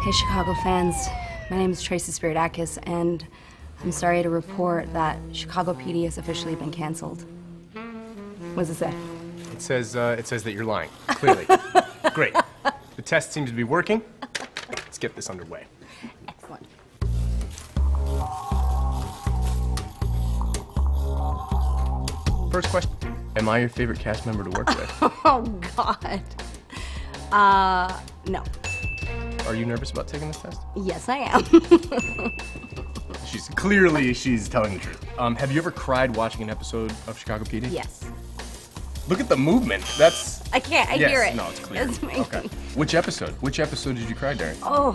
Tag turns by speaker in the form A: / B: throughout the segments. A: Hey, Chicago fans. My name is Tracy Spiridakis, and I'm sorry to report that Chicago PD has officially been canceled. What does it say?
B: It says, uh, it says that you're lying, clearly. Great. The test seems to be working. Let's get this underway.
A: Excellent.
B: First question Am I your favorite cast member to work with?
A: Oh, God. Uh, no.
B: Are you nervous about taking this test?
A: Yes, I am.
B: She's clearly she's telling the truth. Um, have you ever cried watching an episode of Chicago PD?
A: yes.
B: Look at the movement. That's
A: I can't. I
B: yes.
A: hear it.
B: No, it's clear.
A: making-
B: okay. Which episode? Which episode did you cry during?
A: Oh,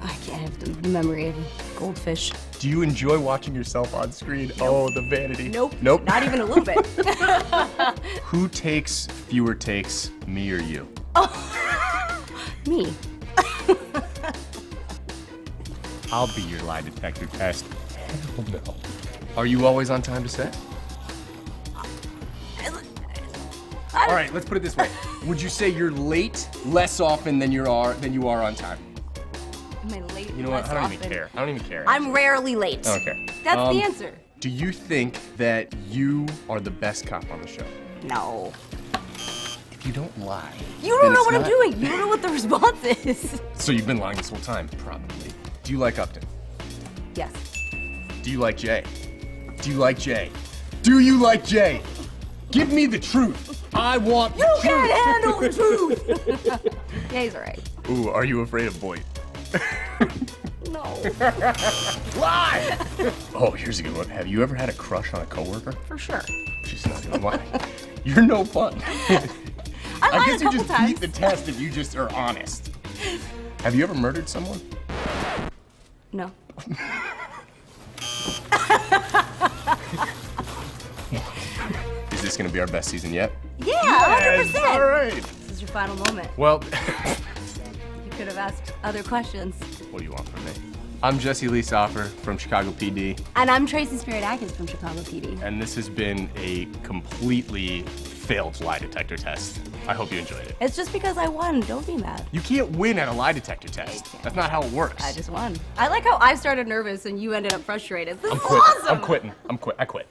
A: I can't have the memory of a goldfish.
B: Do you enjoy watching yourself on screen? Oh, the vanity.
A: Nope.
B: Nope.
A: Not e- even a little bit.
B: Who takes fewer takes, me or you?
A: Me.
B: I'll be your lie detector test. Hell no. Are you always on time to set? All right, let's put it this way. Would you say you're late less often than you are than you are on time?
A: Am I late?
B: You know what? I don't even
A: Often.
B: care. I don't even care.
A: I'm rarely late.
B: Okay.
A: That's
B: Um,
A: the answer.
B: Do you think that you are the best cop on the show?
A: No.
B: If you don't lie,
A: You don't
B: then
A: know
B: it's
A: what I'm
B: not-
A: doing. You don't know what the response is.
B: So you've been lying this whole time, probably. Do you like Upton?
A: Yes.
B: Do you like Jay? Do you like Jay? Do you like Jay? Give me the truth. I want the
A: You
B: truth.
A: can't handle the truth. yeah, he's all right.
B: Ooh, are you afraid of boys?
A: No,
B: Lie! oh, here's a good one. Have you ever had a crush on a coworker?
A: for sure.
B: She's not gonna lie. You're no fun.
A: I
B: I
A: lied a
B: guess you
A: couple
B: just
A: times.
B: beat the test if you just are honest. Have you ever murdered someone?
A: No.
B: Is this gonna be our best season yet?
A: Yeah, 100%.
B: All right.
A: This is your final moment.
B: Well,
A: You could have asked other questions.
B: what do you want from me? I'm Jesse Lee Soffer from Chicago PD.
A: And I'm Tracy Spirit Atkins from Chicago PD.
B: and this has been a completely failed lie detector test. I hope you enjoyed it.
A: It's just because I won. Don't be mad.
B: You can't win at a lie detector test. That's not how it works.
A: I just won. I like how I started nervous and you ended up frustrated. This
B: I'm
A: is
B: quitting.
A: awesome.
B: I'm quitting. I'm quit. I quit.